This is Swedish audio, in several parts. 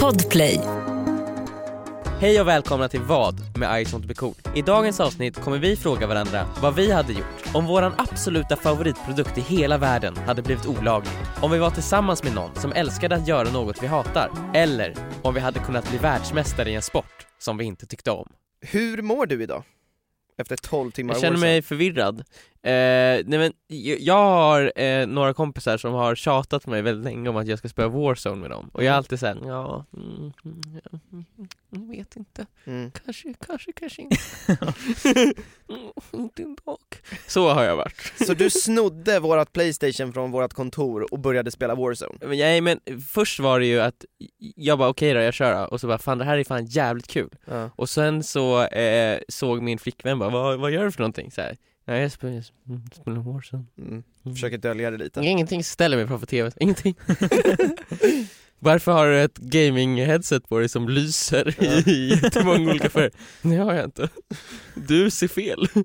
Podplay. Hej och välkomna till Vad med I sånt blir cool. I dagens avsnitt kommer vi fråga varandra vad vi hade gjort om våran absoluta favoritprodukt i hela världen hade blivit olaglig. Om vi var tillsammans med någon som älskade att göra något vi hatar. Eller om vi hade kunnat bli världsmästare i en sport som vi inte tyckte om. Hur mår du idag? Efter 12 timmar Jag känner Warzone. mig förvirrad. Eh, nej men, j- jag har eh, några kompisar som har tjatat på mig väldigt länge om att jag ska spela Warzone med dem. Och jag är alltid såhär, ja, mm, mm, ja, mm, mm, vet inte. Mm. Kanske, kanske, kanske inte. Mm, inte idag. Så har jag varit. Så du snodde vårat Playstation från vårat kontor och började spela Warzone? Men, nej, men först var det ju att jag bara okej då, jag kör då. Och så bara fan det här är fan jävligt kul. Ja. Och sen så eh, såg min flickvän bara, vad, vad gör du för någonting? Så här, "Ja, jag spelar, jag spelar Warzone. Mm. Mm. Försöker dölja det lite. Ingenting ställer mig framför tvn, ingenting. Varför har du ett gaming-headset på dig som lyser i jättemånga olika färger? Det har jag inte. Du ser fel.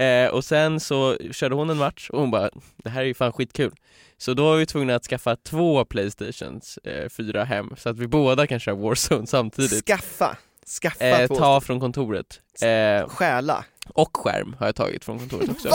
Eh, och sen så körde hon en match och hon bara, det här är ju fan skitkul. Så då var vi tvungna att skaffa två Playstations eh, fyra hem så att vi båda kan köra Warzone samtidigt. Skaffa! Skaffa Eh, två ta från kontoret. Eh, Stjäla! och skärm har jag tagit från kontoret också. Va?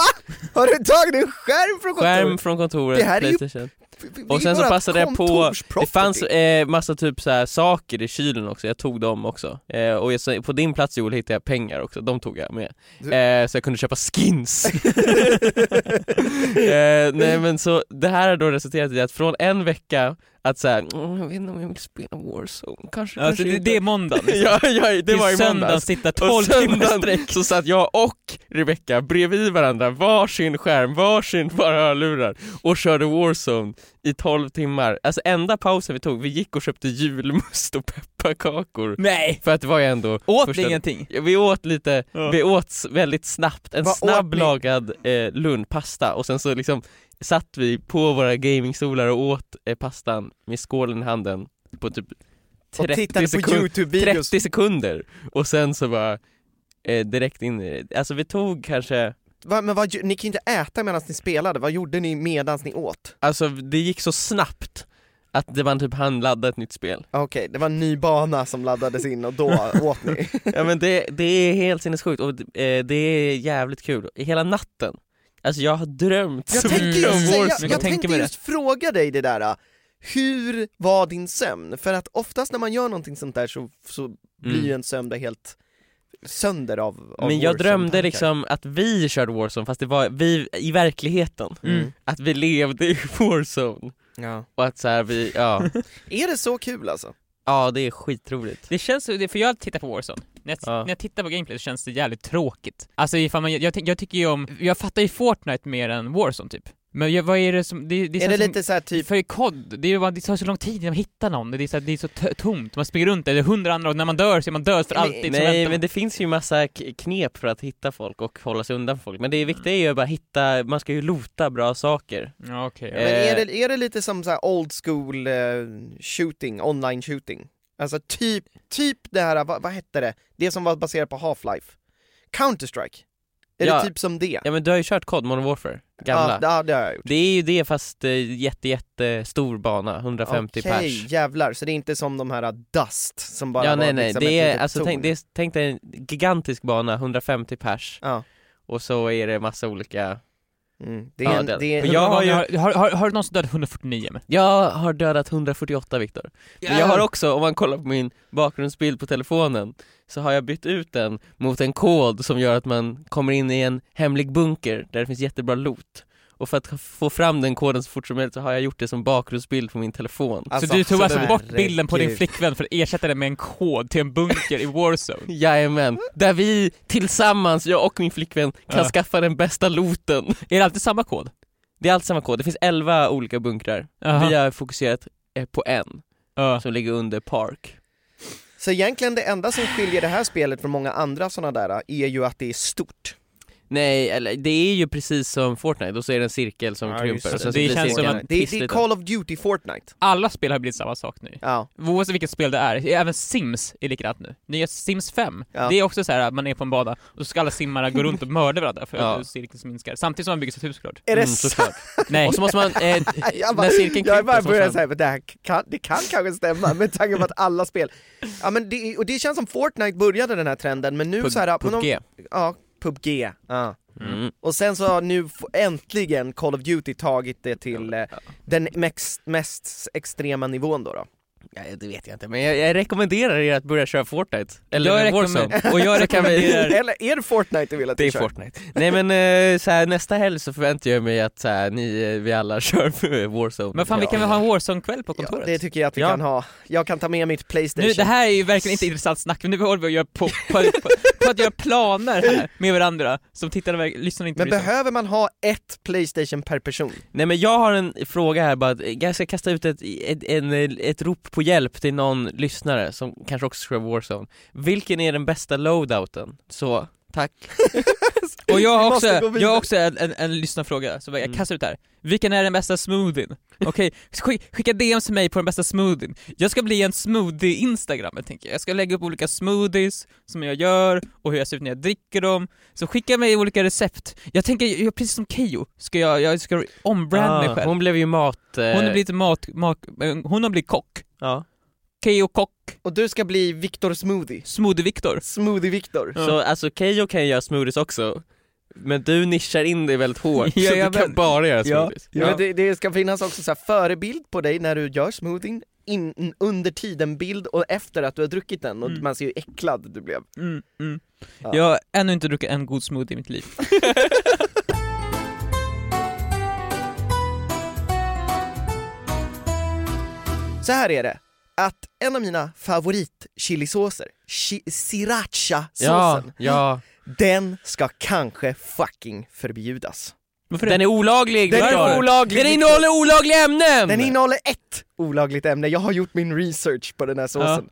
Har du tagit en skärm från kontoret? Skärm från kontoret, Det här är ju Playstation. Det är Och sen så vårat passade jag på- kontorsproperty. Det fanns eh, massa typ så här saker i kylen också, jag tog dem också. Eh, och jag, så, på din plats Joel hittade jag pengar också, de tog jag med. Du- Eh, så jag kunde köpa skins. eh, nej men så det här har då resulterat i att från en vecka att såhär, mm, jag vet inte om jag vill spela Warzone, kanske, Ja, så kanske det, inte. det är liksom. måndagen. ja, ja, det Till var i söndagen måndags. sitta Och 12 timmar sträck. söndagen så satt jag och Rebecca bredvid varandra, varsin skärm, varsin bara hörlurar och körde Warzone i 12 timmar. Alltså enda pausen vi tog, vi gick och köpte julmust och pepparkakor. Nej! För att det var ju ändå Åt Första- ni ingenting? vi åt lite, Ja. vi åt s- väldigt snabbt, en Vad åt ni? snabblagad eh, lundpasta och sen så liksom satt vi på våra gamingstolar och åt eh, pastan med skålen i handen på typ och 30 tittade på sekunder. youtube-videos 30 sekunder och sen så bara eh, direkt in i det. Alltså vi tog kanske, Va, men vad, ni kan ju inte äta medan ni spelade, vad gjorde ni medan ni åt? alltså det gick så snabbt att det man typ hann ladda ett nytt spel. Okej, det var en ny bana som laddades in och då åt ni. Ja men det, det är helt sinnessjukt och eh, det är jävligt kul. Hela natten, alltså jag har drömt Jag så tänkte mycket om just, säga, Warzone. jag tänker tänkte mig det. just fråga dig det där, äh, hur var din sömn? För att oftast när man gör någonting sånt där så, så blir Mm. ju en sömn där helt sönder av, av Men jag Warzone-tankar. drömde liksom att vi körde Warzone fast det var vi i verkligheten. Mm. Att vi levde i Warzone. Ja. Och att så här, vi, ja, Är det så kul alltså? ja det är skitroligt. Det känns, så- det- för jag tittar på Warzone. När jag, Ja. när jag tittar på gameplay så känns det jävligt tråkigt. Alltså ifall man, jag, jag, tänk- jag tycker ju om, jag fattar ju Fortnite mer än Warzone typ. Men jag, vad är det som, det, det är känns det som, lite så här typ, För i COD, det, är ju bara, det tar så lång tid innan man hittar någon, det är så, här- det är så t- tomt, man springer runt där, det är hundra andra och när man dör så är man död för Men- alltid. så Nej väntar men man. det finns ju massa k- knep för att hitta folk och hålla sig undan folk. Men Mm. det viktiga är ju att bara hitta, man ska ju lota bra saker. Ja, okej. Eh, ja. men är det, är det lite som så här old school eh, shooting, online shooting? Alltså typ, typ det här, vad, vad hette det? Det som var baserat på Half-Life? Counter-Strike? Är Ja. det typ som det? Ja men du har ju kört COD Modern Warfare, gamla. Ja, det, ja, det har jag gjort. Det är ju det fast eh, jätte jätte stor bana, 150 Okej, pers. jävlar, så det är inte som de här äh, Dust som bara Ja var nej nej, liksom det ett är, litet alltså, torn. tänk, det är, tänk dig en gigantisk bana, 150 pers Ja. och så är det massa olika Mm. Det är Ja, en, det- det är men en, Hur jag många har ju- gånger har, har, har du någonsin dödat 149 men? Jag har dödat 148 Viktor. Men jag har också, om man kollar på min bakgrundsbild på telefonen, så har jag bytt ut den mot en kod som gör att man kommer in i en hemlig bunker där det finns jättebra loot. Och för att få fram den koden så fort som möjligt så har jag gjort det som bakgrundsbild på min telefon. så du tog alltså den- bort bilden på din herregud. flickvän för att ersätta den med en kod till en bunker i Warzone? Jajamän, där vi tillsammans, jag och min flickvän, kan Ja. skaffa den bästa looten. Är det alltid samma kod? Det är allt samma kod, det finns 11 olika bunkrar. Jaha. Vi har fokuserat eh, på en, Ja. som ligger under Park. äh, Så egentligen det enda som skiljer det här spelet från många andra sådana där är ju att det är stort. Nej, eller det är ju precis som Fortnite, och så är det en cirkel som Ja, just krymper det. och sen så Det blir känns som cirkeln- att- Det, det är pissligt. Call of Duty Fortnite. Alla spel har blivit samma sak nu. Ja. Oavsett vilket spel det är, även Sims är likadant nu. Nya Sims 5, Ja. det är också så här att man är på en bana och så ska alla simmare gå runt och mörda varandra för att Ja. cirkeln minskar. Samtidigt som man bygger sitt hus såklart. Är det Mm, sant? såklart. Nej. Och så måste man, eh, Jag bara- när cirkeln Jag bara krymper så måste börjar man... säga, men det här kan, det kan kanske stämma med tanke på att alla spel... Ja men det, och det känns som Fortnite började den här trenden men nu Pub- så här, men om- PubG. Ja, PubG. Ja. Mm. Och sen så har nu f- äntligen Call of Duty tagit det till eh, den mest, mest extrema nivån då. då. Ja, det vet jag inte, men jag, jag rekommenderar er att börja köra Fortnite. Eller Jag Warzone. rekommenderar, och jag Så kan vi- rekommenderar, Eller är det Fortnite du vill att Det vi är kör? Fortnite. Nej men eh, så här, nästa helg så förväntar jag mig att så här, ni, eh, vi alla kör för Warzone. men fan vi kan väl ha en Warzone-kväll på Ja, kontoret? det tycker jag att vi Ja. kan ha. Jag kan ta med mitt Playstation. Nu, det här är ju verkligen inte intressant snack, men nu håller vi och gör på, på, på, på att göra planer här med varandra, som tittarna verk- lyssnar inte men bryr sig om. behöver man ha ett Playstation per person? Nej men jag har en fråga här bara, att jag ska kasta ut ett, ett, en, ett rop på hjälp till någon lyssnare som kanske också kör Warzone. Vilken är den bästa loadouten? Så, tack. Och jag Vi har också, måste gå jag vidare. har också en, en, en lyssnarfråga, så jag Mm. kastar ut här. Vilken är den bästa smoothien? Okej, skick- skicka DM till mig på den bästa smoothien. Jag ska bli en smoothie-instagram, jag tänker jag. Jag ska lägga upp olika smoothies som jag gör och hur jag ser ut när jag dricker dem. Så skicka mig olika recept. Jag tänker, jag, precis som Keyyo, ska jag, jag ska ombranda mig själv. Ah, hon blev ju mat... eh, Hon har blivit mat, mat, hon har blivit kock. ja. Keyyo kock, Och du ska bli Victor Smoothie. smoothie-Viktor. Smoothie-Viktor. Ja. Så alltså Keyyo kan ju göra smoothies också, men du nischar in dig väldigt hårt, Ja, så du jag kan vet. bara göra Ja. smoothies. Ja. Men det, det ska finnas också så här förebild på dig när du gör smoothien, in, under tiden bild och efter att du har druckit den och Mm. man ser hur äcklad du blev. Mm, mm. Ja. Jag har ännu inte druckit en god smoothie i mitt liv. Så här är det, att en av mina favoritchilisåser, chi- Ja, sriracha-såsen, ja. den ska kanske fucking förbjudas. Varför Den är olaglig! Den är Viktor. olaglig, Den Viktor. innehåller olagliga ämnen! Den innehåller ett olagligt ämne, jag har gjort min research på den här såsen.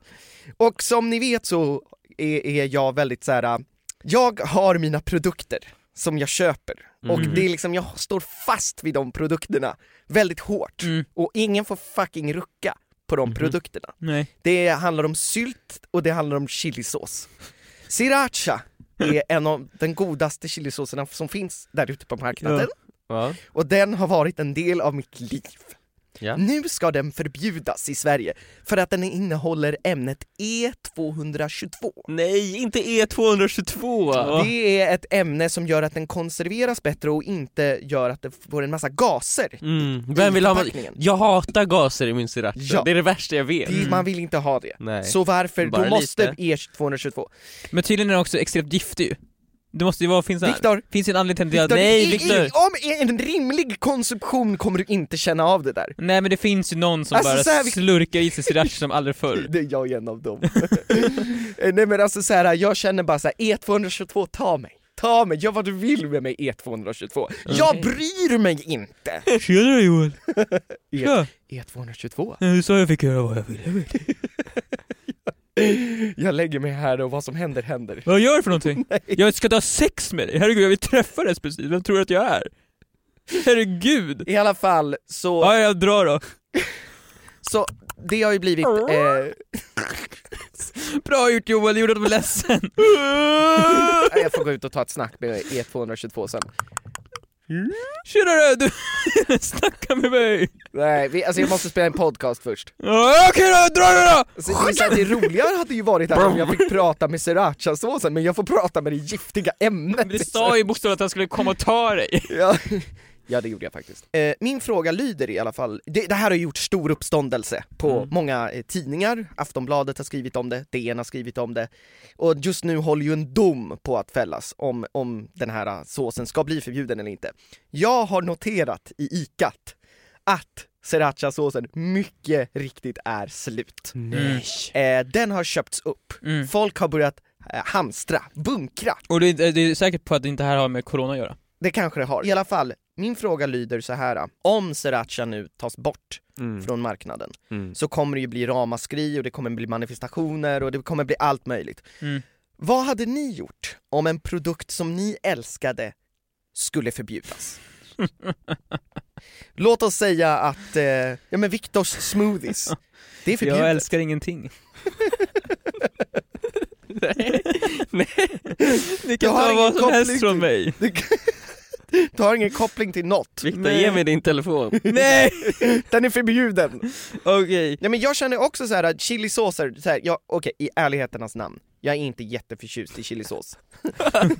Och som ni vet så är, är jag väldigt så här. jag har mina produkter som jag köper och Mhm. det är liksom, jag står fast vid de produkterna väldigt hårt Mm. och ingen får fucking rucka på de Mhm. produkterna. Nej. Det handlar om sylt och det handlar om chilisås. Sriracha är en av den godaste chilisåserna som finns där ute på marknaden Ja. och den har varit en del av mitt liv. Ja. Nu ska den förbjudas i Sverige för att den innehåller ämnet E E222. Nej, inte E E222! Det är ett ämne som gör att den konserveras bättre och inte gör att den får en massa gaser. Mm. Vem vill ha... förpackningen. Jag hatar gaser i min sriracha, Ja. det är det värsta jag vet. Det, man vill inte ha det. Mm. Nej. Så varför? Bara Då måste E lite. E222. Men tydligen är den också extremt giftig ju. Det måste ju vara, finns, en, Viktor, finns ju en anledning till att... Viktor, Nej i- Viktor! i- Om en rimlig konsumtion kommer du inte känna av det där. Nej men det finns ju någon som Alltså, bara så här, vi- slurkar i sig sriracha som aldrig förr. Det är jag en av dem. Eh, Nej men alltså så här, jag känner bara så här, E222, ta mig. Ta mig, gör vad du vill med mig E222. Mm. Jag bryr mig inte! Tjenare Joel! E- E222. Du sa jag fick göra vad jag ville. Jag lägger mig här och vad som händer händer. Vad gör du för någonting? Jag ska inte ha sex med dig! Herregud jag vill träffades precis, vem tror du att jag är? Herregud! I alla fall så, Ja, jag drar då. så det har ju blivit... Eh, Bra gjort Joel, du gjorde mig ledsen. jag får gå ut och ta ett snack med E222 sen. Tjenare, du snackar med mig! Nej, vi, alltså jag måste spela en podcast först. Ja, Okej då, dra då! då. Alltså, det, är så här, det roligare hade ju varit här om jag fick prata med srirachasåsen, men jag får prata med det giftiga ämnet. Men det sa ju bokstavligt att han skulle komma och ta dig. ja. ja, det gjorde jag faktiskt. Eh, min fråga lyder i alla fall, det, det här har gjort stor uppståndelse på Mm. många eh, tidningar, Aftonbladet har skrivit om det, DN har skrivit om det, och just nu håller ju en dom på att fällas om, om den här eh, såsen ska bli förbjuden eller inte. Jag har noterat i ikat att srirachasåsen mycket riktigt är slut. Nej. Eh, den har köpts upp. Folk har börjat eh, hamstra, bunkra. Mm. Och du, är- du är säker på att det inte här har med corona att göra? Det kanske det har. I alla fall, min fråga lyder så här. eh. Om sriracha nu tas bort Mm. från marknaden Mm. så kommer det ju bli ramaskri och det kommer bli manifestationer och det kommer bli allt möjligt. Mm. Vad hade ni gjort om en produkt som ni älskade skulle förbjudas? Låt oss säga att, eh, ja men Viktors smoothies, det är förbjudet. Jag älskar ingenting. Nej. Ni Jag kan har ta ingen vad som koppling helst från mig. Du, du har ingen koppling till något, Viktor, Nej. ge mig din telefon. Nej! den är förbjuden. Okej. Nej men jag känner också så här att chilisåser, så här, jag, okej i ärligheternas namn, jag är inte jätteförtjust i chilisås.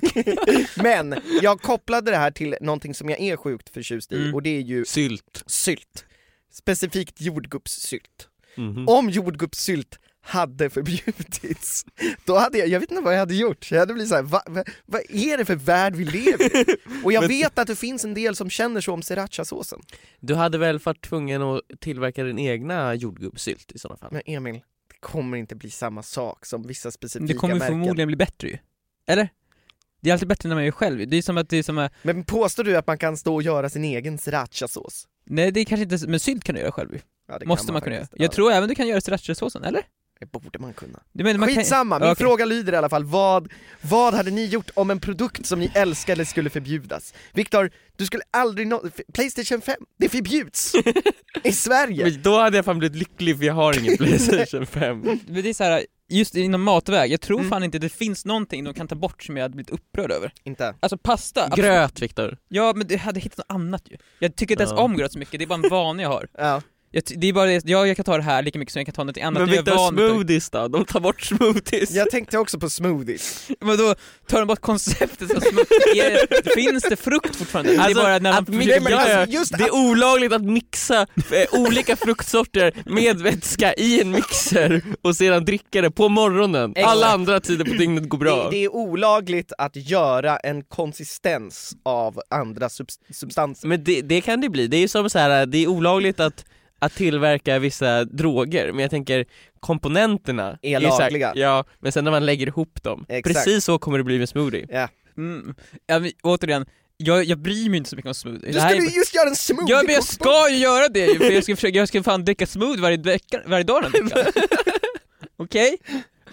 men jag kopplade det här till någonting som jag är sjukt förtjust i Mm. och det är ju Sylt. sylt. Specifikt jordgubbssylt. Mhm. Mm. Om jordgubbssylt hade förbjudits, då hade jag, jag vet inte vad jag hade gjort, jag hade blivit såhär, va, va, vad är det för värld vi lever i? Och jag vet att det finns en del som känner så om srirachasåsen. Du hade väl varit tvungen att tillverka din egna jordgubbssylt i sådana fall? Men Emil, det kommer inte bli samma sak som vissa Det specifika kommer ju märken. förmodligen bli bättre ju. Eller? Det är alltid bättre när man gör själv Det är som att, det är som att, Men påstår du att man kan stå och göra sin egen srirachasås? nej det är kanske inte, men sylt kan du göra själv ju. Ja, det Måste man, kunna göra. faktiskt. Jag tror även du kan göra srirachasåsen, eller? Det borde man kunna. Du menar, man kan- Skitsamma, min Ja, okej. fråga lyder i alla fall, vad, vad hade ni gjort om en produkt som ni älskade skulle förbjudas? Viktor, du skulle aldrig nå... F- Playstation 5, det förbjuds! I Sverige! Men då hade jag fan blivit lycklig för jag har ingen Playstation 5. Men det är så här, just inom matväg, jag tror Mm. fan inte det finns någonting de kan ta bort som jag hade blivit upprörd över. Inte. Alltså pasta, absolut. Gröt Viktor. Ja men du hade hittat något annat ju. Jag tycker inte ens Ja. om gröt så mycket, det är bara en vana jag har. Ja. Jag, ty- det är bara det, jag, jag kan ta det här lika mycket som jag kan ta något annat. Men jag är Viktor, van vid- smoothies då? De tar bort smoothies. Jag tänkte också på smoothies. Men då tar de bort konceptet så smutsigt. Är- Finns det frukt fortfarande? det Alltså, är bara när man att mi- försöker- men Ja, alltså, ja. just Det är olagligt att mixa eh, olika fruktsorter med vätska i en mixer och sedan dricka det på morgonen. Exakt. Alla andra tider på dygnet går Det, bra. det är olagligt att göra en konsistens av andra subs- substanser. Men det, det kan det bli. Det är ju som så här, det är olagligt att, att tillverka vissa droger, men jag tänker komponenterna Är ju så här- lagliga. Ja, men sen när man lägger ihop dem. Exakt. Precis så kommer det bli med smoothie. Mm. Ja, men, återigen, jag, jag bryr mig inte så mycket om smoothie. Du Det här är- skulle ju just göra en smoothie! Ja men jag ska ju göra det ju, för jag ska, försöka, jag ska fan dricka smoothie varje, vecka, varje dag den här veckan. Okej?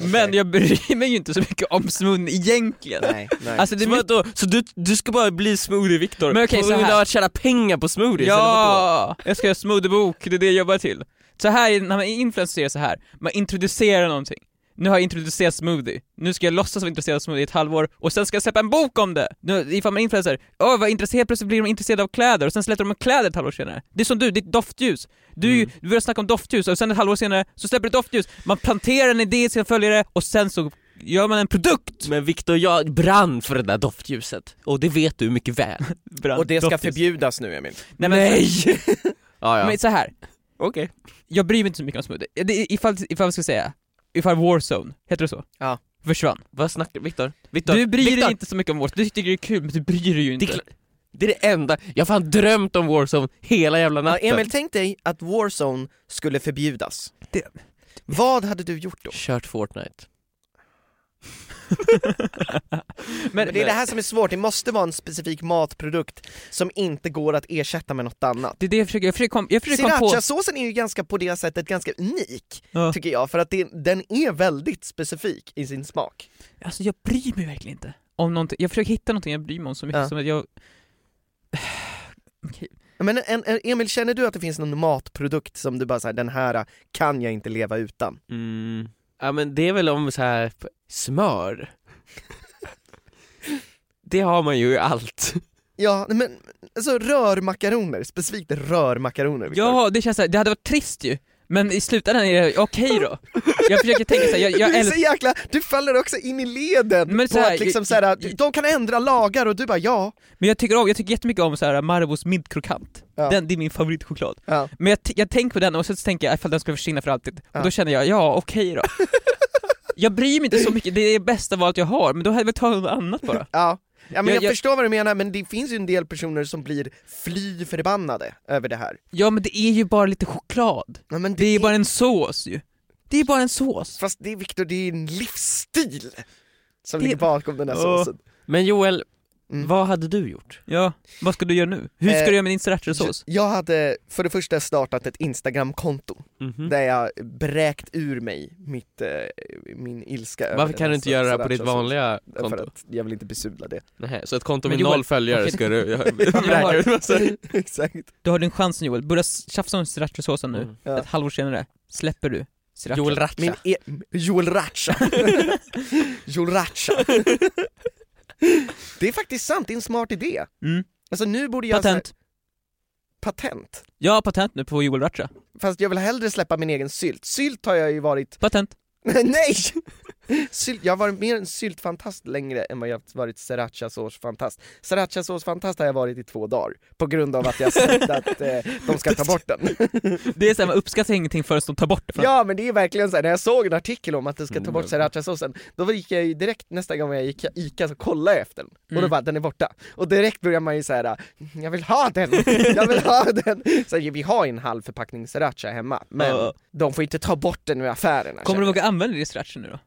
Men Okej. jag bryr mig ju inte så mycket om smoothie egentligen. Nej, nej. Alltså det är Så, mycket... vadå, så du, du ska bara bli smoothie-Viktor? Men okej, På så grund här. av att tjäna pengar på smoothies? eller Ja! vadå? Jag ska göra smoothiebok, det är det jag jobbar till. Så här, är- när man influenserar så här, man introducerar någonting. Nu har jag introducerat smoothie, nu ska jag låtsas vara intresserad av smoothie i ett halvår och sen ska jag släppa en bok om det! Nu, ifall man är influencer, åh vad intresserad, plötsligt blir de intresserade av kläder och sen släpper de kläder ett halvår senare. Det är som du, ditt doftljus. Du, Mm. du börjar snacka om doftljus och sen ett halvår senare så släpper du ett doftljus. Man planterar en idé i sina följare och sen så gör man en produkt! Men Viktor, jag brann för det där doftljuset. Och det vet du mycket väl. Och det ska Doftljus. förbjudas nu Emil. Nej! Men, ja, ja. men så här. Okej. jag bryr mig inte så mycket om smoothie. Det, ifall, ifall vi ska säga, ifall Warzone, heter det så? Ja. Försvann. Vad snackar Viktor? Viktor? Du bryr Viktor, dig inte så mycket om Warzone, du tycker det är kul men du bryr dig ju Det, inte. är kla- det är det enda, jag har fan drömt om Warzone hela jävla Ja, natten. Emil, tänk dig att Warzone skulle förbjudas. Det- Vad hade du gjort då? Kört Fortnite. men, Men det är det här som är svårt, det måste vara en specifik matprodukt som inte går att ersätta med något annat. det är det jag försöker, jag försöker komma jag försöker kom på... Srirachasåsen är ju ganska på det sättet ganska unik, Ja. tycker jag, för att det, den är väldigt specifik i sin smak. Alltså jag bryr mig verkligen inte om någonting, jag försöker hitta någonting jag bryr mig om så mycket Ja. som att jag... Okej. Men en, en, Emil, känner du att det finns någon matprodukt som du bara säger den här kan jag inte leva utan? Mm. Ja men det är väl om så här p- smör. det har man ju i allt. Ja, men alltså rörmakaroner, specifikt rörmakaroner. Viktor. Ja, det känns såhär, det hade varit trist ju, men i slutändan är det okej då. jag försöker tänka såhär, jag, jag du, är älskar... så jäkla, du faller också in i leden Men på så här, att liksom i- så här, i- de kan ändra lagar och du bara ja. Men jag tycker, om, jag tycker jättemycket om så här Marabous mintkrokant. Ja. Den, det är min favoritchoklad. ja. Men jag, t- jag tänker på den och sen så tänker jag ifall den skulle försvinna för alltid, Ja. och då känner jag, ja okej då. jag bryr mig inte så mycket, det är det bästa valet jag har, men då hade jag väl tagit något annat bara. Ja. Ja, men jag, Jag- jag- förstår vad du menar, men det finns ju en del personer som blir fly förbannade över det här. Ja men det är ju bara lite choklad. Ja, men Det är ju bara en sås ju. Det är bara en sås. Fast det Viktor, det är en livsstil som Det- ligger bakom den här Ja. såsen. Men Joel, Mm. vad hade du gjort? Ja, vad ska du göra nu? Hur ska Eh, du göra med din srirachasås? Jag hade för det Mm. första startat ett Instagram-konto där jag bräkt ur mig mitt eh, min ilska över Varför den kan här du inte göra det här på sriracha ditt som- vanliga För konto? att jag vill inte besudla det Nej, så ett konto Men med Joel, noll följare okej. ska du Joel. räkna ut massa... Exakt Du har din chans Joel, börja s- tjafsa om srirachasåsen nu. Mm. Ja. Ett halvår senare släpper du sriracha. Joel Racha. Min e- Joel Racha Joel Racha Det är faktiskt sant, det är en smart idé Mm. Alltså nu borde jag så här- Patent. patent Jag har patent nu på Joel Racha. Fast jag vill hellre släppa min egen sylt, sylt har jag ju varit Patent. Nej! Sylt, jag har varit mer en syltfantast längre än vad jag har varit srirachasåsfantast. Srirachasåsfantast har jag varit i två dagar, på grund av att jag sett att eh, de ska ta bort den. Det är såhär, man uppskattar ingenting förrän de tar bort det. Ja men det är verkligen så här. när jag såg en artikel om att de ska ta Mm. bort srirachasåsen, då gick jag ju direkt nästa gång jag gick Ica så kollade jag efter den, och då Mm. bara den är borta. Och direkt börjar man ju säga jag vill ha den, jag vill ha den! Så här, vi har ju en halv förpackning sriracha hemma, men Ja. de får inte ta bort den ur affärerna. Kommer du känner jag. våga använda det i sriracha nu då?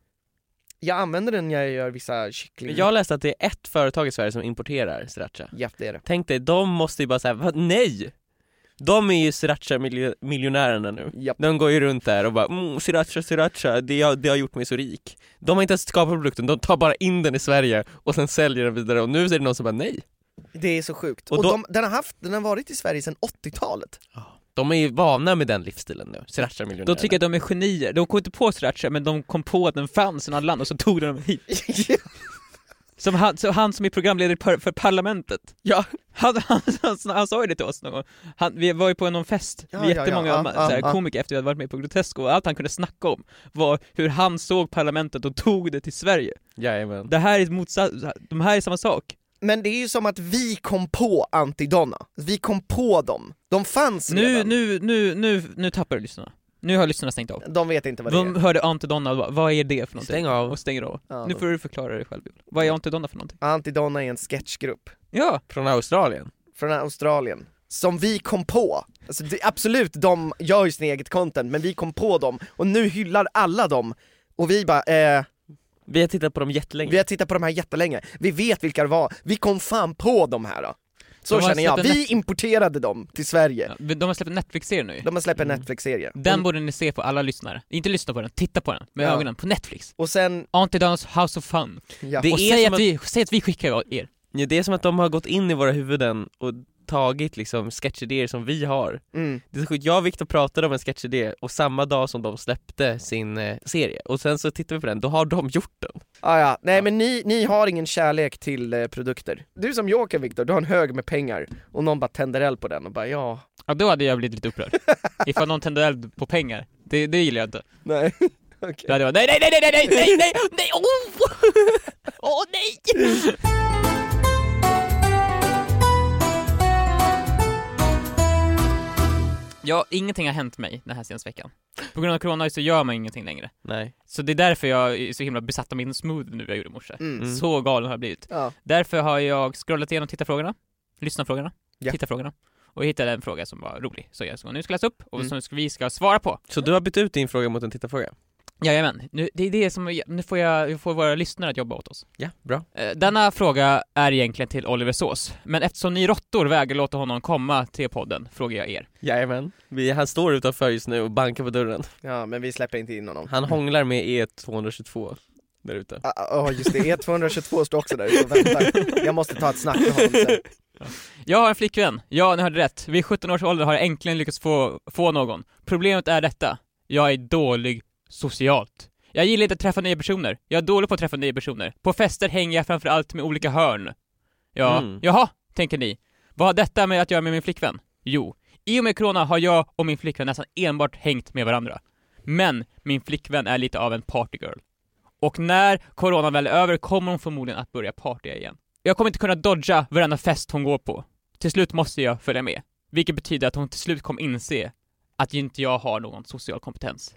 jag använder den när jag gör vissa kyckling... Jag läste att det är ett företag i Sverige som importerar sriracha. Ja, det är det. Tänk dig, de måste ju bara säga nej! De är ju sriracha-miljonärerna nu. Japp. De går ju runt där och bara mm, sriracha, sriracha, det har, det har gjort mig så rik. De har inte ens skapat produkten, de tar bara in den i Sverige och sen säljer den vidare och nu är det någon som bara nej. Det är så sjukt. Och, Och då- de, den, har haft, den har varit i Sverige sedan 80-talet. De är ju vana med den livsstilen nu, sriracha-miljonärerna. De tycker att de är genier, de kom inte på sriracha men de kom på att den fanns i något land och så tog de den hit. Som han, så han som är programledare för, för parlamentet, Ja, han, han, han, han sa ju det till oss någon gång. Han, vi var ju på någon fest Ja, med ja, jättemånga ja, ma- ja, så här, ja. komiker efter vi hade varit med på Grotesco och allt han kunde snacka om var hur han såg parlamentet och tog det till Sverige. jajamän. Det här är motsatt, de här är samma sak. Men det är ju som att vi kom på Antidonna. Vi kom på dem. De fanns Nu, redan. nu, nu, nu, nu tappar du lyssnarna. Nu har lyssnarna stängt av. De vet inte vad det De är. hörde Antidonna och bara, vad är det för någonting? Stäng av. Och stänger av. Ja. Nu får du förklara dig själv. Joel. Vad är Antidonna för någonting? Antidonna är en sketchgrupp Ja! Från Australien. från Australien. Som vi kom på. Alltså, det, absolut, de gör ju sin eget content, men vi kom på dem. Och nu hyllar alla dem. Och vi bara, eh, Vi har tittat på dem jättelänge. vi har tittat på de här jättelänge. Vi vet vilka det var. Vi kom fan på de här. Då. Så De har känner jag. släppt en Vi importerade dem till Sverige. Ja, men de har släppt en Netflix-serie nu De har släppt en Mm. Netflix-serie. Den Och- borde ni se på alla lyssnare. Inte lyssna på den, titta på den med Ja. ögonen på Netflix. Och sen, Antidons House of Fun. ja. Det och är säg som att, vi, säg att vi skickar er. Ja, det är som att de har gått in i våra huvuden och tagit liksom sketchidéer som vi har. Mm. Det är så sjukt, jag och Viktor pratade om en sketchidé och samma dag som de släppte sin eh, serie och sen så tittar vi på den, då har de gjort den. Ah, ja. Nej men ni, ni har ingen kärlek till eh, produkter. Du är som Joker Viktor, du har en hög med pengar och någon bara tänder eld på den och bara ja, Ja, då hade jag blivit lite upprörd. Ifall någon tände eld på pengar. Det, det gillar jag inte. nej. Då hade jag nej, nej, nej, nej, nej, nej, nej, nej, oh! Åh oh, nej! Ja, ingenting har hänt mig den här senaste veckan. På grund av corona så gör man ingenting längre. Nej. Så det är därför jag är så himla besatt av min smoothie nu jag gjorde i morse. Mm. Mm. Så galen har jag blivit. Ja. Därför har jag scrollat igenom tittarfrågorna, lyssnarfrågorna, Ja. tittarfrågorna och jag hittade en fråga som var rolig, så jag ska nu ska läsa upp och Mm. som vi ska svara på. Så du har bytt ut din fråga mot en tittarfråga? Jajamän, nu, det är det som, nu får jag, jag får våra lyssnare att jobba åt oss. Ja, bra. Eh, Denna fråga är egentligen till Oliver Sås, men eftersom ni råttor vägrar låta honom komma till podden frågar jag er. Jajamän. Vi, han står utanför just nu och bankar på dörren. ja, men vi släpper inte in honom. Han hånglar med E222 där ute. Ja ah, ah, just det, E222 står också där ute och väntar. Jag måste ta ett snack med honom sen. Jag har en flickvän, ja ni hörde rätt. Vid 17 års ålder har jag äntligen lyckats få, få någon. Problemet är detta, jag är dålig socialt. Jag gillar inte att träffa nya personer, jag är dålig på att träffa nya personer. På fester hänger jag framförallt med olika hörn. Ja, Mm. jaha, tänker ni. Vad har detta med att göra med min flickvän? Jo, i och med corona har jag och min flickvän nästan enbart hängt med varandra. Men min flickvän är lite av en partygirl. Och när corona väl är över kommer hon förmodligen att börja partya igen. Jag kommer inte kunna dodga varenda fest hon går på. Till slut måste jag följa med. Vilket betyder att hon till slut kommer inse att inte jag har någon social kompetens.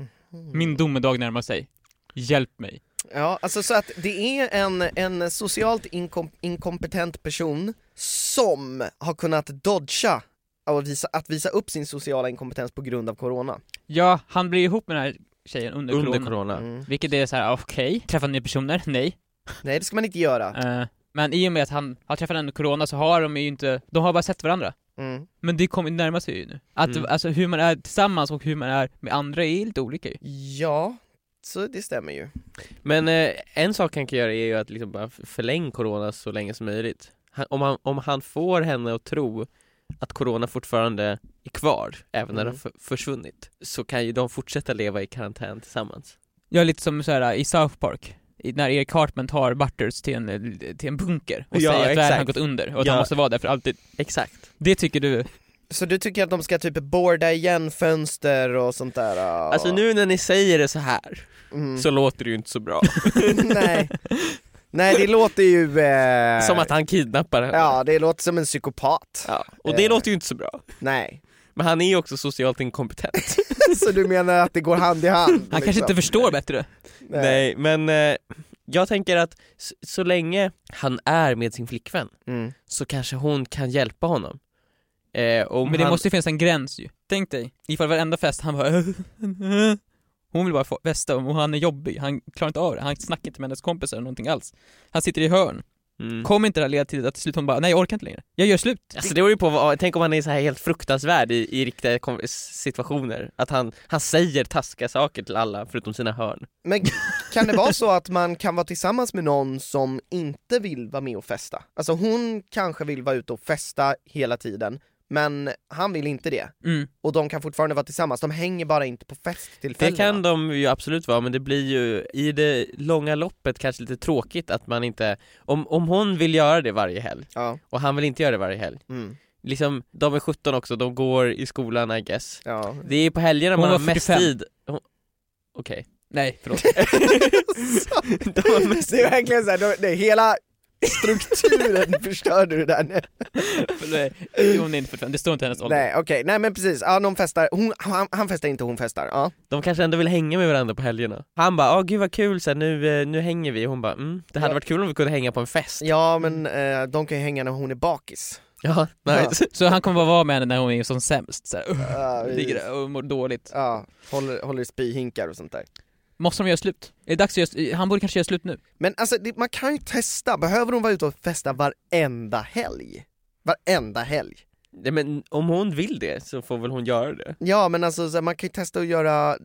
Min domedag närmar sig. Hjälp mig. Ja, alltså så att det är en, en socialt inkom- inkompetent person som har kunnat dodga och visa, att visa upp sin sociala inkompetens på grund av corona. Ja, han blir ihop med den här tjejen under, Under corona. corona. Mm. Vilket är så här: okej, träffa nya personer? Nej. Nej det ska man inte göra. Eh, men i och med att han har träffat henne under corona så har de ju inte, de har bara sett varandra. Mm. Men det kommer närma sig ju nu. Att, Mm. alltså hur man är tillsammans och hur man är med andra är lite olika ju. Ja, Så det stämmer ju. Men eh, en sak han kan göra är ju att liksom bara f- förläng corona så länge som möjligt. Han, om, han, om han får henne att tro att corona fortfarande är kvar, även när Mm. den f- försvunnit, så kan ju de fortsätta leva i karantän tillsammans. Jag är lite som så här eh, i South Park, i- när Eric Cartman tar Butters till en, eh, till en bunker och Ja, säger att världen exakt. har gått under och att Ja. han måste vara där för alltid. Exakt. Det tycker du? Så du tycker att de ska typ borda igen fönster och sånt där? Och... Alltså nu när ni säger det så här, Mm. så låter det ju inte så bra. Nej. Nej det låter ju... Eh... som att han kidnappar henne. Ja, det låter som en psykopat. Ja, Och det Eh. låter ju inte så bra. Nej. Men han är ju också socialt inkompetent. Så du menar att det går hand i hand? liksom? Han liksom- kanske inte förstår bättre. Nej. Nej, men eh, jag tänker att så, så länge han är med sin flickvän Mm. så kanske hon kan hjälpa honom. Eh, om Men det han... måste ju finnas en gräns ju. Tänk dig, ifall varenda fest han bara Hon vill bara få festa och han är jobbig, han klarar inte av det, han snackar inte med hennes kompisar eller någonting alls. Han sitter i hörn. Mm. Kommer inte det här leda till att till slut hon bara, nej jag orkar inte längre, jag gör slut. Alltså det beror ju på, vad, tänk om han är så här helt fruktansvärd i, i riktiga kom- situationer. Att han, han säger taskiga saker till alla förutom sina hörn. Men kan det vara så att man kan vara tillsammans med någon som inte vill vara med och festa? Alltså hon kanske vill vara ute och festa hela tiden, men han vill inte det. Mm. Och de kan fortfarande vara tillsammans, de hänger bara inte på Det festtillfällena. kan de ju absolut vara men det blir ju i det långa loppet kanske lite tråkigt att man inte, om, om hon vill göra det varje helg Ja, och han vill inte göra det varje helg. mm, Liksom, de är 17 också, de går i skolan I guess. ja. Det är på helgerna Hon man var har mest 45. tid. Hon- Okej. Nej, förlåt. De har mest Det är verkligen såhär, de- det är hela strukturen förstörde du där nu. nej, hon är inte 45, det står inte hennes ålder. Nej okej, nej men precis, ja, de festar, hon, han, han festar inte, hon festar. Ja. De kanske ändå vill hänga med varandra på helgerna. Han bara, ah gud vad kul, så här, nu, eh, nu hänger vi. Hon bara, mm, det hade Ja. varit kul om vi kunde hänga på en fest. Ja men eh, de kan ju hänga när hon är bakis. Ja, nice. Så han kommer bara vara med henne när hon är som sämst, så här, uh, Ja, ligger där och mår dåligt. Ja, håller, håller i spyhinkar och sånt där. Måste de göra slut? Är det dags att göra, han borde kanske göra slut nu. Men alltså det, man kan ju testa, behöver hon vara ute och festa varenda helg? Varenda helg? Nej, men om hon vill det så får väl hon göra det. Ja men alltså så här, man kan ju testa att göra,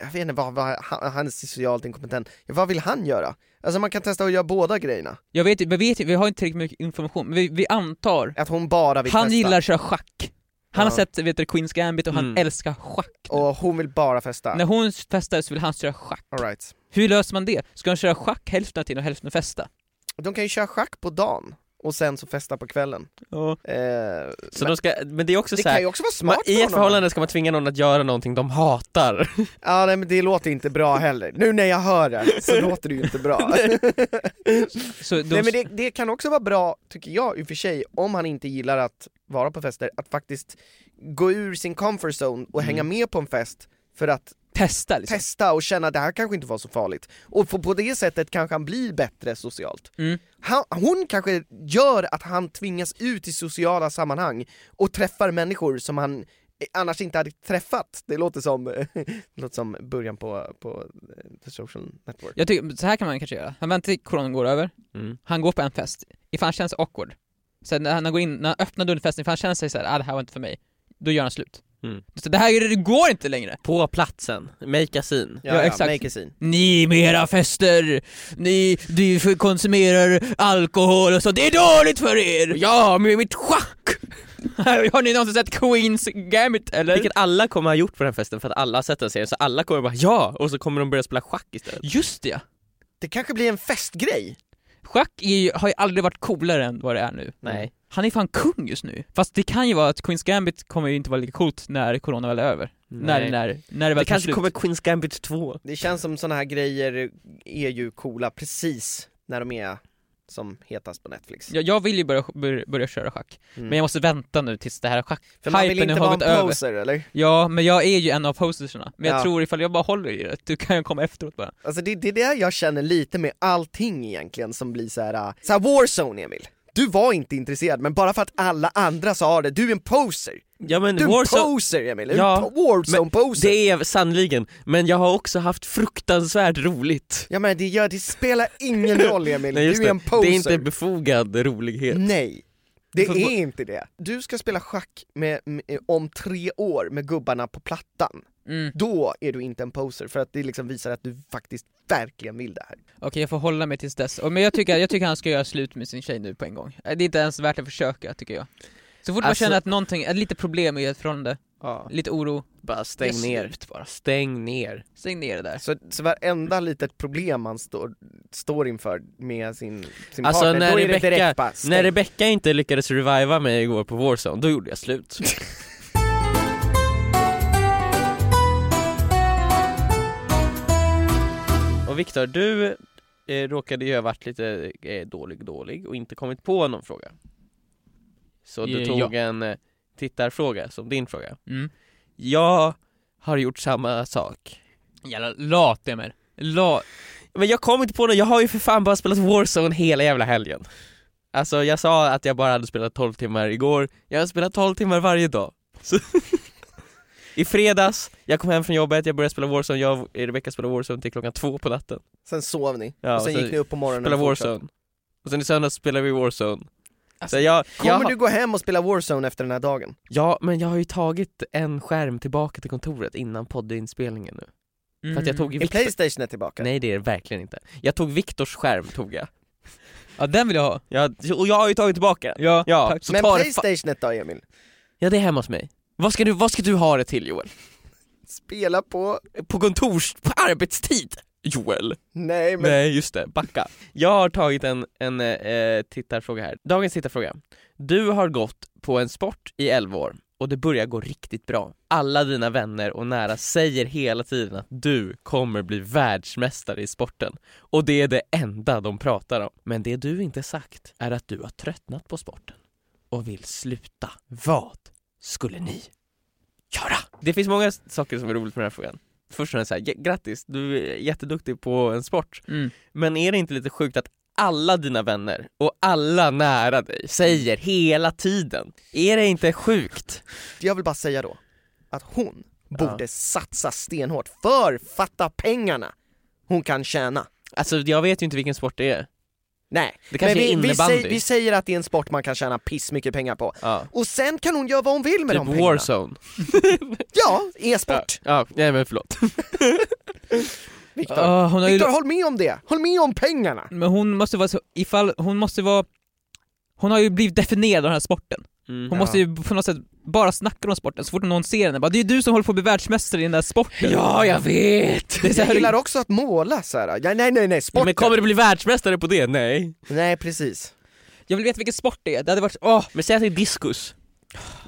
jag vet inte vad, vad han, han är socialt inkompetent, vad vill han göra? Alltså man kan testa att göra båda grejerna, Jag vet vi vet vi har inte tillräckligt mycket information, men vi, vi antar. att hon bara vill Han festa gillar att köra schack. Han Ja. har sett vet du, Queens Gambit och han Mm. älskar schack. nu. och äh. hon vill bara festa, När hon festar så vill han köra schack. alright. Hur löser man det? Ska han köra schack hälften av tiden och hälften festa? De kan ju köra schack på dagen och sen så festa på kvällen. Ja. Eh, Så men de ska, men det är också det så här, kan ju också vara man, smart i för ett honom. förhållande ska man tvinga någon att göra någonting de hatar. Ja nej, men det låter inte bra heller, nu när jag hör det så låter det ju inte bra. Så de, Nej men det, det kan också vara bra, tycker jag i och för sig, om han inte gillar att vara på fester, att faktiskt gå ur sin comfort zone och Mm. hänga med på en fest för att testa liksom. testa och känna att det här kanske inte var så farligt. Och på, på det sättet kanske han blir bättre socialt. Mm. Han, hon kanske gör att han tvingas ut i sociala sammanhang och träffar människor som han eh, annars inte hade träffat. Det låter som, det låter som början på, på eh, The Social Network. Jag tycker, så här kan man kanske göra. Han väntar till coronan går över, Mm. han går på en fest, ifall han känns awkward. Sen när han går in, när han öppnar dörren till festen, ifall han känner sig såhär, ah, det här var inte för mig, då gör han slut. Mm. Så det här är- det går inte längre! På platsen, make a scene. ja, exakt. Make a scene. Ni med era fester, ni, ni för- konsumerar alkohol och så, det är dåligt för er! Ja, med mitt schack! Har ni någonsin sett Queens Gambit eller? Vilket alla kommer ha gjort på den festen för att alla har sett den serien, så alla kommer bara ja, och så kommer de börja spela schack istället. Just det ja. Det kanske blir en festgrej. Schack är, ju- har ju aldrig varit coolare än vad det är nu. Nej. Han är fan kung just nu. Fast det kan ju vara att Queens Gambit kommer ju inte vara lika coolt när corona väl är över. När, när, när det väl Det tar kanske slut. kommer Queen's Gambit 2. Det känns som såna här grejer är ju coola precis när de är som hetast på Netflix. Jag, jag vill ju börja, börja, börja köra schack, Mm. men jag måste vänta nu tills det här schack... För man vill hypen inte har vara en gått över. poser eller? Ja, men jag är ju en av posterserna. Men Ja. jag tror ifall jag bara håller i det, du kan ju komma efteråt bara. Alltså det, det är det jag känner lite med allting egentligen som blir så här, äh, så här Warzone Emil. Du var inte intresserad men bara för att alla andra sa det, du är en poser! Ja men Du är en Warzone, poser Emil! Ja, Ja, en po- Warzone-poser! Det är sannligen, men jag har också haft fruktansvärt roligt. Ja men det, gör, det spelar ingen roll Emil, Nej, just du är en det. poser! det är inte befogad rolighet. Nej, det Du får är inte det. Du ska spela schack med, med, om tre år med gubbarna på Plattan. Mm. Då är du inte en poser för att det liksom visar att du faktiskt verkligen vill det här. Okej, jag får hålla mig tills dess. Och- Men jag tycker, jag tycker han ska göra slut med sin tjej nu på en gång. Eh, Det är inte ens värt att försöka, tycker jag. Så fort man Alltså- känner att någonting, att lite problem i ett förhållande, Ja. lite oro, Bara stäng Gör ner. slut bara. Stäng ner. Stäng ner det där. Så, så varenda litet problem man står, står inför med sin, sin Alltså, partner, när då är Rebecca- det direkt bara När stäng. Rebecca inte lyckades reviva mig igår på Warzone, då gjorde jag slut. och Viktor, du eh, råkade ju ha varit lite eh, dålig dålig och inte kommit på någon fråga. Så du Eh, tog en eh, tittarfråga som din fråga. Mm. Jag har gjort samma sak. Jävla lat Emil. La... Men jag kom inte på något, jag har ju för fan bara spelat Warzone hela jävla helgen Alltså jag sa att jag bara hade spelat 12 timmar igår, jag har spelat 12 timmar varje dag Så- I fredags, jag kom hem från jobbet, jag började spela Warzone, jag och Rebecca spelade Warzone till klockan två på natten Sen sov ni, Ja, och sen så gick ni upp på morgonen Spelade och fortsatte. Warzone Och sen i söndags spelade vi Warzone Alltså, Så jag, jag, Kommer har- du gå hem och spela Warzone efter den här dagen? Ja men jag har ju tagit en skärm tillbaka till kontoret innan poddinspelningen nu Mm. För att jag tog ju Din Victor... Playstation är tillbaka? Nej det är det verkligen inte Jag tog Viktors skärm tog jag, Ja, den vill jag ha. jag och jag har ju tagit tillbaka den. Ja. Ja, Tack. så Men ta det fa- Playstationet då Emil? Ja det är hemma hos mig. Vad ska du, vad ska du ha det till Joel? Spela på... På kontors, på arbetstid? Joel? Nej men... Nej just det, backa. Jag har tagit en, en eh, tittarfråga här. Dagens tittarfråga. Du har gått på en sport i 11 år och det börjar gå riktigt bra. Alla dina vänner och nära säger hela tiden att du kommer bli världsmästare i sporten. Och det är det enda de pratar om. Men det du inte sagt är att du har tröttnat på sporten och vill sluta. Vad skulle ni göra? Det finns många saker som är roligt med den här frågan. Först och främst så här, "Gr- grattis, du är jätteduktig på en sport. Mm. Men är det inte lite sjukt att alla dina vänner och alla nära dig säger hela tiden, är det inte sjukt? Jag vill bara säga då, att hon Ja. borde satsa stenhårt, för fatta pengarna hon kan tjäna! Alltså jag vet ju inte vilken sport det är. Nej, Det kanske är men vi, vi, innebandy. säger, vi säger att det är en sport man kan tjäna piss mycket pengar på. ja. Och sen kan hon göra vad hon vill med de Typ pengarna. Warzone. Ja, Ja, e-sport! ja, nej men förlåt. Viktor, Ah, hon har ju... Viktor håll med om det! Håll med om pengarna! Men hon måste vara så, ifall, hon måste vara... Hon har ju blivit definierad av den här sporten. Mm. Hon Ja. måste ju på något sätt bara snacka om sporten så fort någon ser henne. Bara, det är ju du som håller på att bli världsmästare i den där sporten. Ja, jag vet! Det är så Jag här, gillar också att måla såhär, ja, nej nej nej, sporten! Men kommer du bli världsmästare på det? Nej. Nej precis. jag vill veta vilken sport det är. Det hade varit... Åh! Men säg att det är diskus.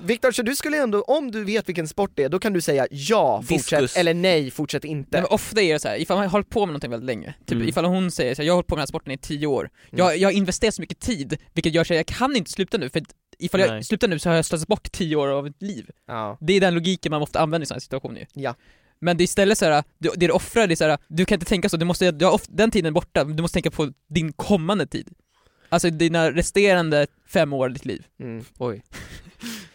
Viktor, så du skulle ändå, om du vet vilken sport det är, då kan du säga ja, fortsätt, Diskus. eller nej, fortsätt inte. Nej, men ofta är det så här, ifall man har hållit på med någonting väldigt länge, typ Mm. ifall hon säger så här, jag har hållit på med den här sporten i tio år, jag, jag har investerat så mycket tid, vilket gör så här, jag kan inte sluta nu, för att ifall jag Nej. slutar nu så har jag slösat bort tio år av mitt liv. Ja. Det är den logiken man ofta använder i sådana här situationer ju. Ja. Men det är istället så här, det det du offrar, det är så här, du kan inte tänka så, du måste, du har of, den tiden är borta, du måste tänka på din kommande tid. Alltså dina resterande fem år av ditt liv. Mm. Oj.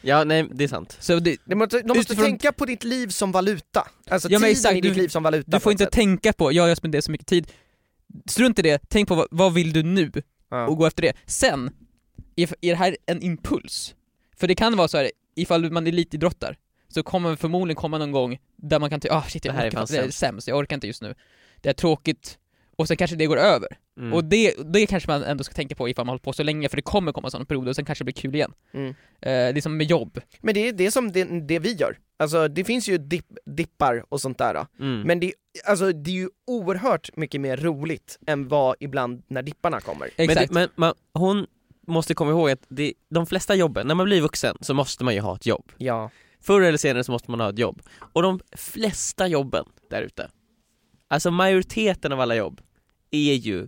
Ja, nej det är sant. Så det, De måste, de måste Utifrån- tänka på ditt liv som valuta. Alltså Ja, men tiden exakt, i ditt du- liv som valuta. du på får något inte sätt. tänka på, ja jag spenderar så mycket tid. Strunt i det, tänk på vad, vad vill du nu? Ja. och gå efter det. Sen är är det här en impuls. För det kan vara så här, ifall man elitidrottar så kommer det förmodligen komma någon gång där man kan tycka ah shit jag Det här är orkar fan inte, det här är sämst, jag orkar inte just nu. Det är tråkigt. Och sen kanske det går över. Mm. Och det, det kanske man ändå ska tänka på ifall man håller på så länge, för det kommer komma sådana perioder och sen kanske det blir kul igen. Mm. Eh, det är som med jobb. Men det är det som det, det vi gör. Alltså det finns ju dipp, dippar och sånt där. Mm. Men det, alltså, det är ju oerhört mycket mer roligt än vad ibland när dipparna kommer. Men, Exakt. det, men man, hon måste komma ihåg att det, de flesta jobben, när man blir vuxen så måste man ju ha ett jobb. Ja. Förr eller senare så måste man ha ett jobb. Och de flesta jobben där ute, alltså majoriteten av alla jobb, är ju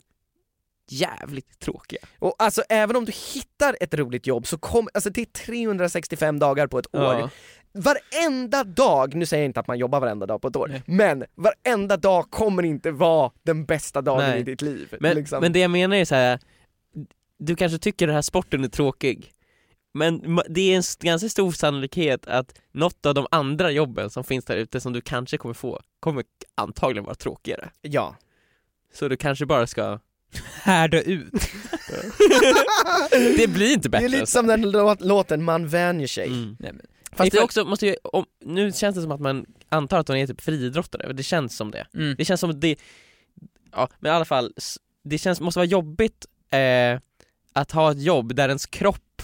jävligt tråkiga. Och alltså även om du hittar ett roligt jobb så kom, alltså det är 365 dagar på ett år. Ja. Varenda dag, nu säger jag inte att man jobbar varenda dag på ett år, Nej. men varenda dag kommer inte vara den bästa dagen Nej. i ditt liv. Men, liksom. men det jag menar är så här. du kanske tycker den här sporten är tråkig, men ma- det är en s- ganska stor sannolikhet att något av de andra jobben som finns där ute som du kanske kommer få, kommer antagligen vara tråkigare. Ja. Så du kanske bara ska Härda ut. Det blir inte Det bättre är lite alltså. som den lå- låten Man vänjer sig. Mm. Nej, men, Fast det Ifall- är också, måste ju, om, nu känns det som att man antar att hon är typ friidrottare, det känns som det. Mm. Det känns som att det, ja men i alla fall, s- det känns, måste vara jobbigt eh, att ha ett jobb där ens kropp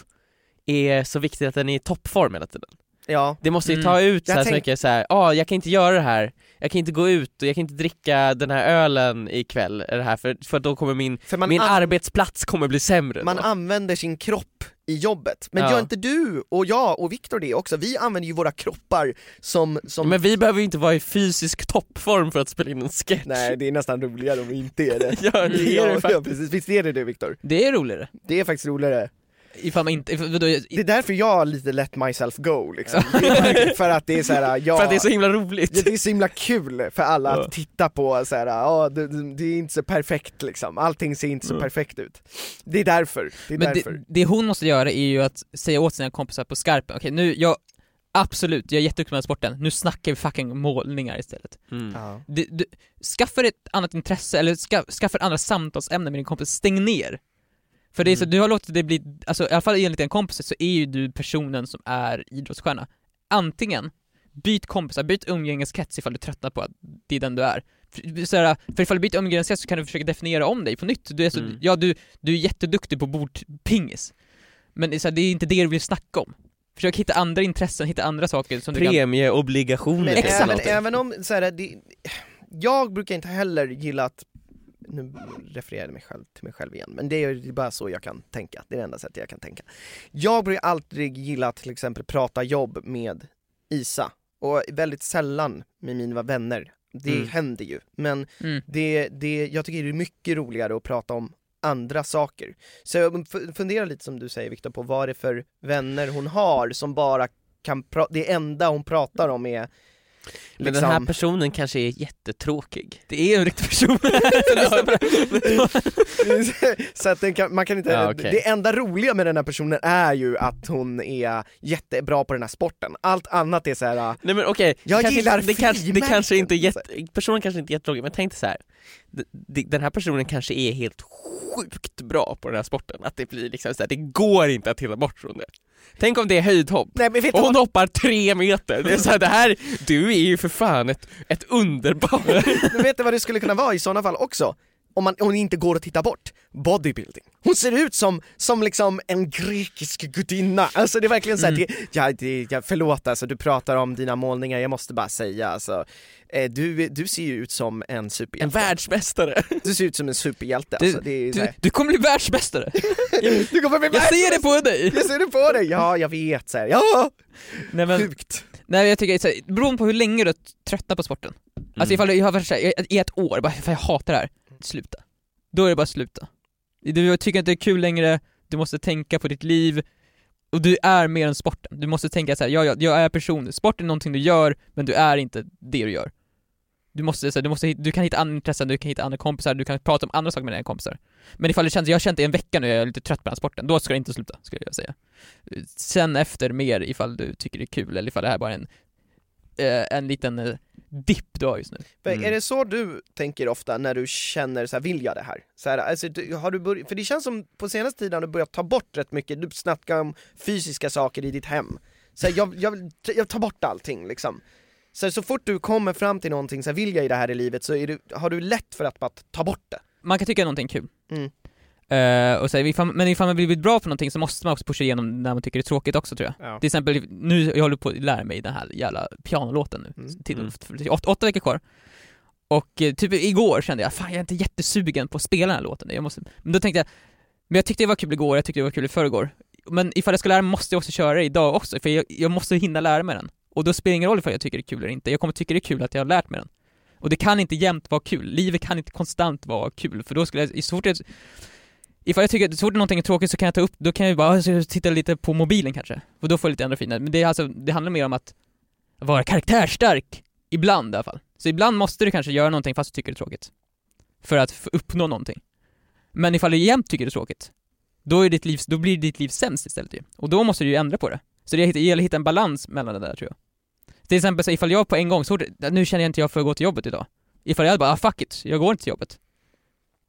är så viktigt att den är i toppform hela tiden. Ja, Det måste ju Mm. ta ut så, Jag här så tänk- mycket så här, ah, jag kan inte göra det här, jag kan inte gå ut och jag kan inte dricka den här ölen ikväll, eller det här, för, för då kommer min, för man, min an- arbetsplats kommer bli sämre. man då. använder sin kropp i jobbet. Men Ja. gör inte du och jag och Viktor det också? Vi använder ju våra kroppar som... Ja, som... Men vi behöver ju inte vara i fysisk toppform för att spela in en sketch. Nej, det är nästan roligare om vi inte är det. Ja, det är det ja, faktiskt. ja, precis. Visst är det det Viktor? Det är roligare. Det är faktiskt roligare. Ifall man inte, ifall, vadå, Det är därför jag har lite let myself go liksom. Det är för att det är såhär, ja, För att det är så himla roligt. det är så himla kul för alla Ja. att titta på såhär, ja det, det är inte så perfekt liksom, allting ser inte så Ja. Mm. perfekt ut. Det är därför, det är Men därför. det, det hon måste göra är ju att säga åt sina kompisar på skarpen, okej nu, jag, absolut, jag är jätteduktig med sporten, nu snackar vi fucking målningar istället. Mm. Ja. Du, du, skaffa dig ett annat intresse, eller ska, skaffa dig andra samtalsämnen med din kompis, stäng ner. För det är så, Mm. du har låtit det bli, alltså i alla fall enligt en kompis så är ju du personen som är idrottsstjärna. Antingen, byt kompisar, byt umgängeskrets ifall du tröttnar på att det är den du är. För, så här, för ifall du byter umgängeskrets så kan du försöka definiera om dig på nytt. Du är så, Mm. ja du, du är jätteduktig på bordpingis, men det är, så här, det är inte det du vill snacka om. Försök hitta andra intressen, hitta andra saker som du kan... Premieobligationer Men, typ, eller Exakt. även, någonting. även om, såhär, det, jag brukar inte heller gilla att nu refererar jag mig själv till mig själv igen, men det är ju bara så jag kan tänka, det är det enda sättet jag kan tänka. Jag brukar aldrig gilla att till exempel prata jobb med Isa, och väldigt sällan med mina vänner. Det Mm. händer ju, men Mm. det, det, jag tycker det är mycket roligare att prata om andra saker. Så jag f- funderar lite som du säger Viktor på vad det är för vänner hon har som bara kan pra- det enda hon pratar om är Men den liksom- här personen kanske är jättetråkig. Det är en riktig person! Så lyssna på det. så att den kan, man kan inte, Ja, okej. det enda roliga med den här personen är ju att hon är jättebra på den här sporten. Allt annat är så här. Nej men okej, Jag kanske gillar inte- det, kanske, det kanske inte är frimärken. jätte, personen kanske inte är jättetråkig, men tänk dig så här. D- d- Den här personen kanske är helt sjukt bra på den här sporten, att det blir liksom så här, det går inte att titta bort från det. Tänk om det är höjdhopp, Nej men vet du och hon vad? hoppar tre meter, det är så här, det här, du är ju för fan ett, ett underbar. Men vet du vad det skulle kunna vara i sådana fall också? Om man, om det inte går att titta bort, bodybuilding. Hon ser ut som, som liksom en grekisk gudinna. Alltså det är verkligen såhär, Mm. det, ja, det, ja, förlåt alltså du pratar om dina målningar, jag måste bara säga alltså. Eh, du, du ser ju ut som en En superhjälte. världsmästare. Du ser ut som en superhjälte Du- alltså. Det är ju så Du, här- du kommer bli världsmästare! du kommer bli Jag ser det på dig! Jag ser det på dig! Ja, jag vet så här. ja! Nej men, Sjukt! nej, jag tycker, så här, beroende på hur länge du tröttnar på sporten. Mm. Alltså ifall du jag har varit så här, i ett år, bara "Fan, jag hatar det här, sluta. Då är det bara att sluta. Du tycker inte det är kul längre, du måste tänka på ditt liv, och du är mer än sporten. Du måste tänka så här, ja, ja, jag är person, sport är någonting du gör, men du är inte det du gör. Du, måste, så här, du, måste, du kan hitta andra intressen, du kan hitta andra kompisar, du kan prata om andra saker med dina kompisar. Men ifall du känner, jag har känt det i en vecka nu, jag är lite trött på den här sporten, då ska du inte sluta, skulle jag säga. Sen efter mer ifall du tycker det är kul, eller ifall det här bara är en, eh, en liten eh, dipp du har just nu. Mm. Är det så du tänker ofta när du känner så här, vill jag det här? Så här alltså, du, har du börj- för det känns som på senaste tiden har du börjat ta bort rätt mycket, du snackar om fysiska saker i ditt hem. Så här, jag, jag, vill- jag tar bort allting liksom. Så, här, så fort du kommer fram till någonting, så här, vill jag i det här i livet, så är du, har du lätt för att bara ta bort det. man kan tycka någonting är kul. Mm. Eh, och så här, ifall, men ifall man blivit bra på någonting så måste man också pusha igenom när man tycker det är tråkigt också tror jag. Ja. Till exempel, nu, jag håller på att lära mig den här jävla pianolåten nu, Mm. till, Mm. för- åt, åtta veckor kvar. Och eh, typ igår kände jag, fan jag är inte jättesugen på att spela den här låten, jag måste, men då tänkte jag, men jag tyckte det var kul igår, jag tyckte det var kul i förrgår. Men ifall jag ska lära mig måste jag också köra det idag också, för jag, jag måste hinna lära mig den. Och då spelar det ingen roll ifall jag tycker det är kul eller inte, jag kommer tycka det är kul att jag har lärt mig den. Och det kan inte jämt vara kul, livet kan inte konstant vara kul, för då skulle jag, i så fort jag Ifall jag tycker, så fort någonting är tråkigt så kan jag ta upp, då kan jag ju bara "Ah, så titta lite på mobilen kanske, och då får jag lite endorfiner. Men det, är alltså, det handlar mer om att vara karaktärstark, ibland i alla fall. Så ibland måste du kanske göra någonting fast du tycker det är tråkigt. För att f- uppnå någonting. Men ifall du jämt tycker det är tråkigt, då, är ditt liv, då blir ditt liv sämst istället ju. Och då måste du ju ändra på det. Så det gäller att hitta en balans mellan det där tror jag. Till exempel så ifall jag på en gång, så fort, nu känner jag inte jag för att gå till jobbet idag. Ifall jag hade bara, ah, fuck it, jag går inte till jobbet.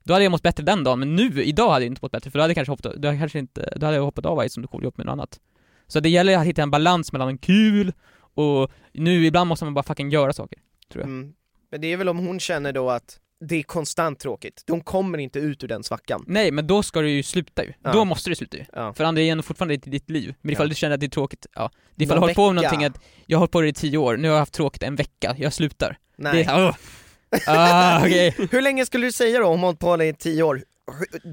Då hade jag mått bättre den dagen, men nu, idag hade jag inte mått bättre för då hade jag kanske hoppat, då hade jag kanske inte, då hade jag hoppat av Ice som du cool jobb med något annat. Så det gäller att hitta en balans mellan kul och nu ibland måste man bara fucking göra saker. tror jag. Mm. Men det är väl om hon känner då att det är konstant tråkigt, de kommer inte ut ur den svackan. Nej, men då ska du ju sluta ju. Ja. Då måste du sluta ju. Ja. För andra är ändå fortfarande i ditt liv. Men ifall Ja. du känner att det är tråkigt, ja. Det är Ifall du har Någon hållit på med vecka. någonting att, jag har hållit på med det i tio år, nu har jag haft tråkigt en vecka, jag slutar. Nej. Det är, åh. ah, okej. Hur länge skulle du säga då om hon hållit på i tio år?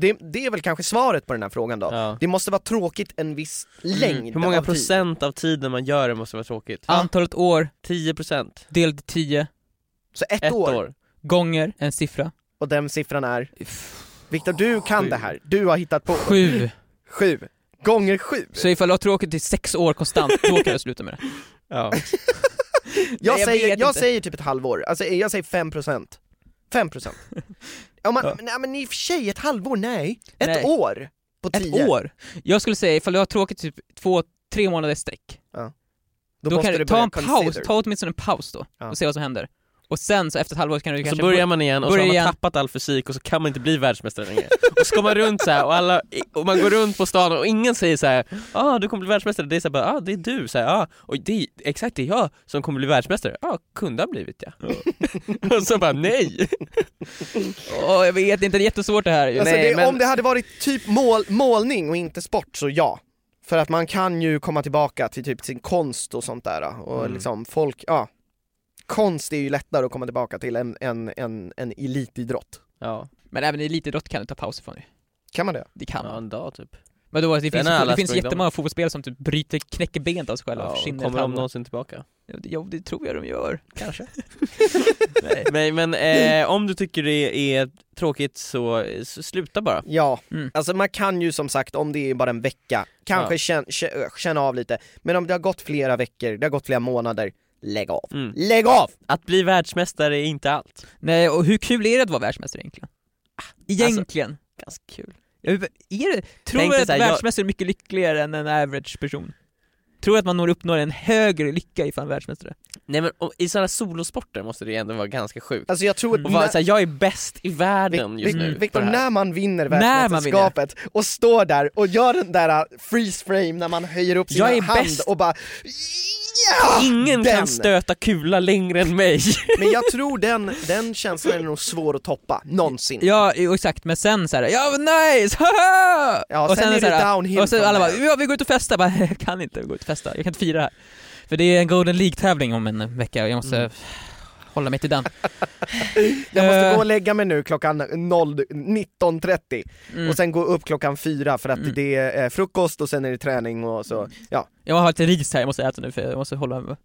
Det, det är väl kanske svaret på den här frågan då? Ja. Det måste vara tråkigt en viss längd Hur många av tid. procent av tiden man gör det måste vara tråkigt? Antalet år 10 procent. delat till tio Så ett, Ett år. år. gånger en siffra. Och den siffran är? Viktor, du kan Sju. det här. Du har hittat på Sju. Sju. Gånger sju. Så ifall du har tråkigt i sex år konstant, då kan du sluta med det. Ja. Jag, Nej, jag säger, vet jag inte. säger typ ett halvår, alltså jag säger fem procent. Fem procent. Om man, Ja. Nej men i och för sig, ett halvår, nej. Ett Nej. år på Ett tio. år? Jag skulle säga ifall du har tråkigt typ två, tre månader i sträck, Då, då, måste kan du ta börja en paus, consider. ta åtminstone en paus då Ja. och se vad som händer. Och sen så efter ett halvår kan du Så kanske börjar man igen och så börjar har man igen. tappat all fysik och så kan man inte bli världsmästare längre. Och så går man runt så här och, alla, och man går runt på stan och ingen säger så här ah, du kommer bli världsmästare, det är så här, bara, ah, det är du, så här, ah, och det är exakt det är jag som kommer bli världsmästare, ah, kunde ha blivit jag. och så bara nej! Åh, jag vet inte, det är jättesvårt det här ju. Alltså, Nej, det, men- Om det hade varit typ mål, målning och inte sport så ja. För att man kan ju komma tillbaka till typ sin konst och sånt där och Mm. liksom folk, ja. Konst är ju lättare att komma tillbaka till än en, en, en elitidrott. Ja, Men även i elitidrott kan du ta pauser från ju. Kan man det? Det kan ja man. en dag typ. Men då, alltså, det Den finns, har alla det finns sprungit om. jättemånga fotbollsspelare som typ bryter, knäcker benet av sig själva och Ja, försvinner kommer ett de halvår. någonsin tillbaka? Ja, det- Ja, det tror jag de gör. Kanske. nej, men, men eh, om du tycker det är tråkigt så, så sluta bara. Ja, Mm. alltså man kan ju som sagt om det är bara en vecka, kanske Ja. känn, känn- känna av lite. Men om det har gått flera veckor, det har gått flera månader, lägg av. Mm. Lägg av! Att bli världsmästare är inte allt. Nej, och hur kul är det att vara världsmästare egentligen? Egentligen. Ah, alltså- Ganska kul. Ja, hur- är det, tror du Tänk dig att så här, jag- världsmästare är mycket lyckligare än en average person? Tror du att man når uppnår en högre lycka ifall man är världsmästare? Nej men om, i sådana solosporter måste det ju ändå vara ganska sjukt. Alltså jag tror att och vara när- såhär, jag är bäst i världen Vic- just Vic- nu Victor, på det här. när man vinner När man världsmästerskapet och står där och gör den där uh, freeze frame när man höjer upp sin Jag är hand bäst. och bara ja! Ingen den. kan stöta kula längre än mig! Men jag tror den, den känslan är nog svår att toppa, någonsin. Ja, jo, exakt, men sen såhär, ja vad nice, haha! Ja, sen är det såhär, downhill Och sen från alla bara, där. ja vi går ut och festar, bara, jag kan inte gå ut och festa, jag kan inte fira det här. För det är en Golden League-tävling om en vecka och jag måste Mm. hålla mig till den. Jag måste Eh. gå och lägga mig nu klockan noll- 19.30 Mm. och sen gå upp klockan fyra för att Mm. det är eh, frukost och sen är det träning och så. Ja, Jag har lite ris här jag måste äta nu för jag måste hålla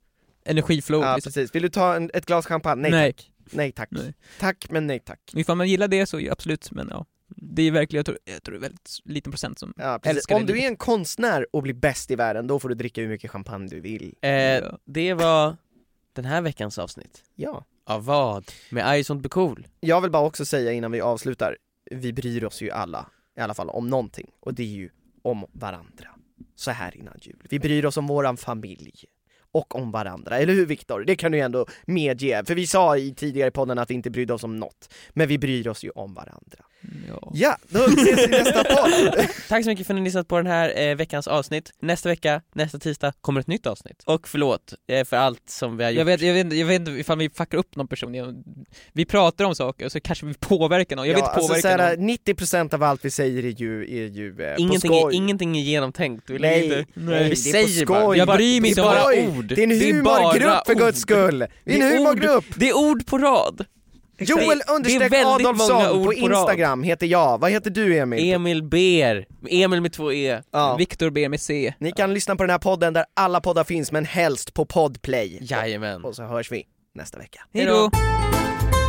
energiflow. ja liksom. precis. Vill du ta en, ett glas champagne? Nej, Nej. nej tack. Nej. Tack men nej tack. Ifall man gillar det så ja, absolut, men ja. Det är verkligen, jag tror, jag tror det är väldigt liten procent som... Ja, precis. Älskar Om det du livet. är en konstnär och blir bäst i världen, då får du dricka hur mycket champagne du vill. eh, Ja. det var den här veckans avsnitt Ja. av vad? Med I sånt be cool. Jag vill bara också säga innan vi avslutar, vi bryr oss ju alla, i alla fall om någonting, och det är ju om varandra. Så här innan jul. Vi bryr oss om våran familj. Och om varandra, eller hur Viktor? Det kan du ju ändå medge, för vi sa i tidigare podden att vi inte brydde oss om något. Men vi bryr oss ju om varandra. Mm, Ja. Ja, då ses vi i nästa podd! Tack så mycket för att ni lyssnat på den här eh, veckans avsnitt. Nästa vecka, nästa tisdag, kommer ett nytt avsnitt. Och förlåt eh, för allt som vi har gjort. Jag vet, jag, vet, jag vet inte ifall vi fuckar upp någon person genom, Vi pratar om saker och så kanske vi påverkar någon, jag vill Ja, inte alltså, påverka såhär, någon 90% av allt vi säger är ju, är ju eh, ingenting, på är, skoj. ingenting är genomtänkt. Vi lägger Nej, inte- nej, det är vi på säger bara. skoj. Jag bryr mig inte det är om bara vad- ord. Det är en bara humorgrupp för ord. guds skull! Vi är Det en är ord. humorgrupp! Det är ord på rad. Joel Det- understreck det är väldigt många Adolfsson ord på på rad. Instagram heter jag, vad heter du Emil? Emil Ber. Emil med två E. ja. Viktor ber med C. Ni kan lyssna på den här podden där alla poddar finns men helst på Podplay. Jajamän. Och så hörs vi nästa vecka. Hejdå! Hejdå.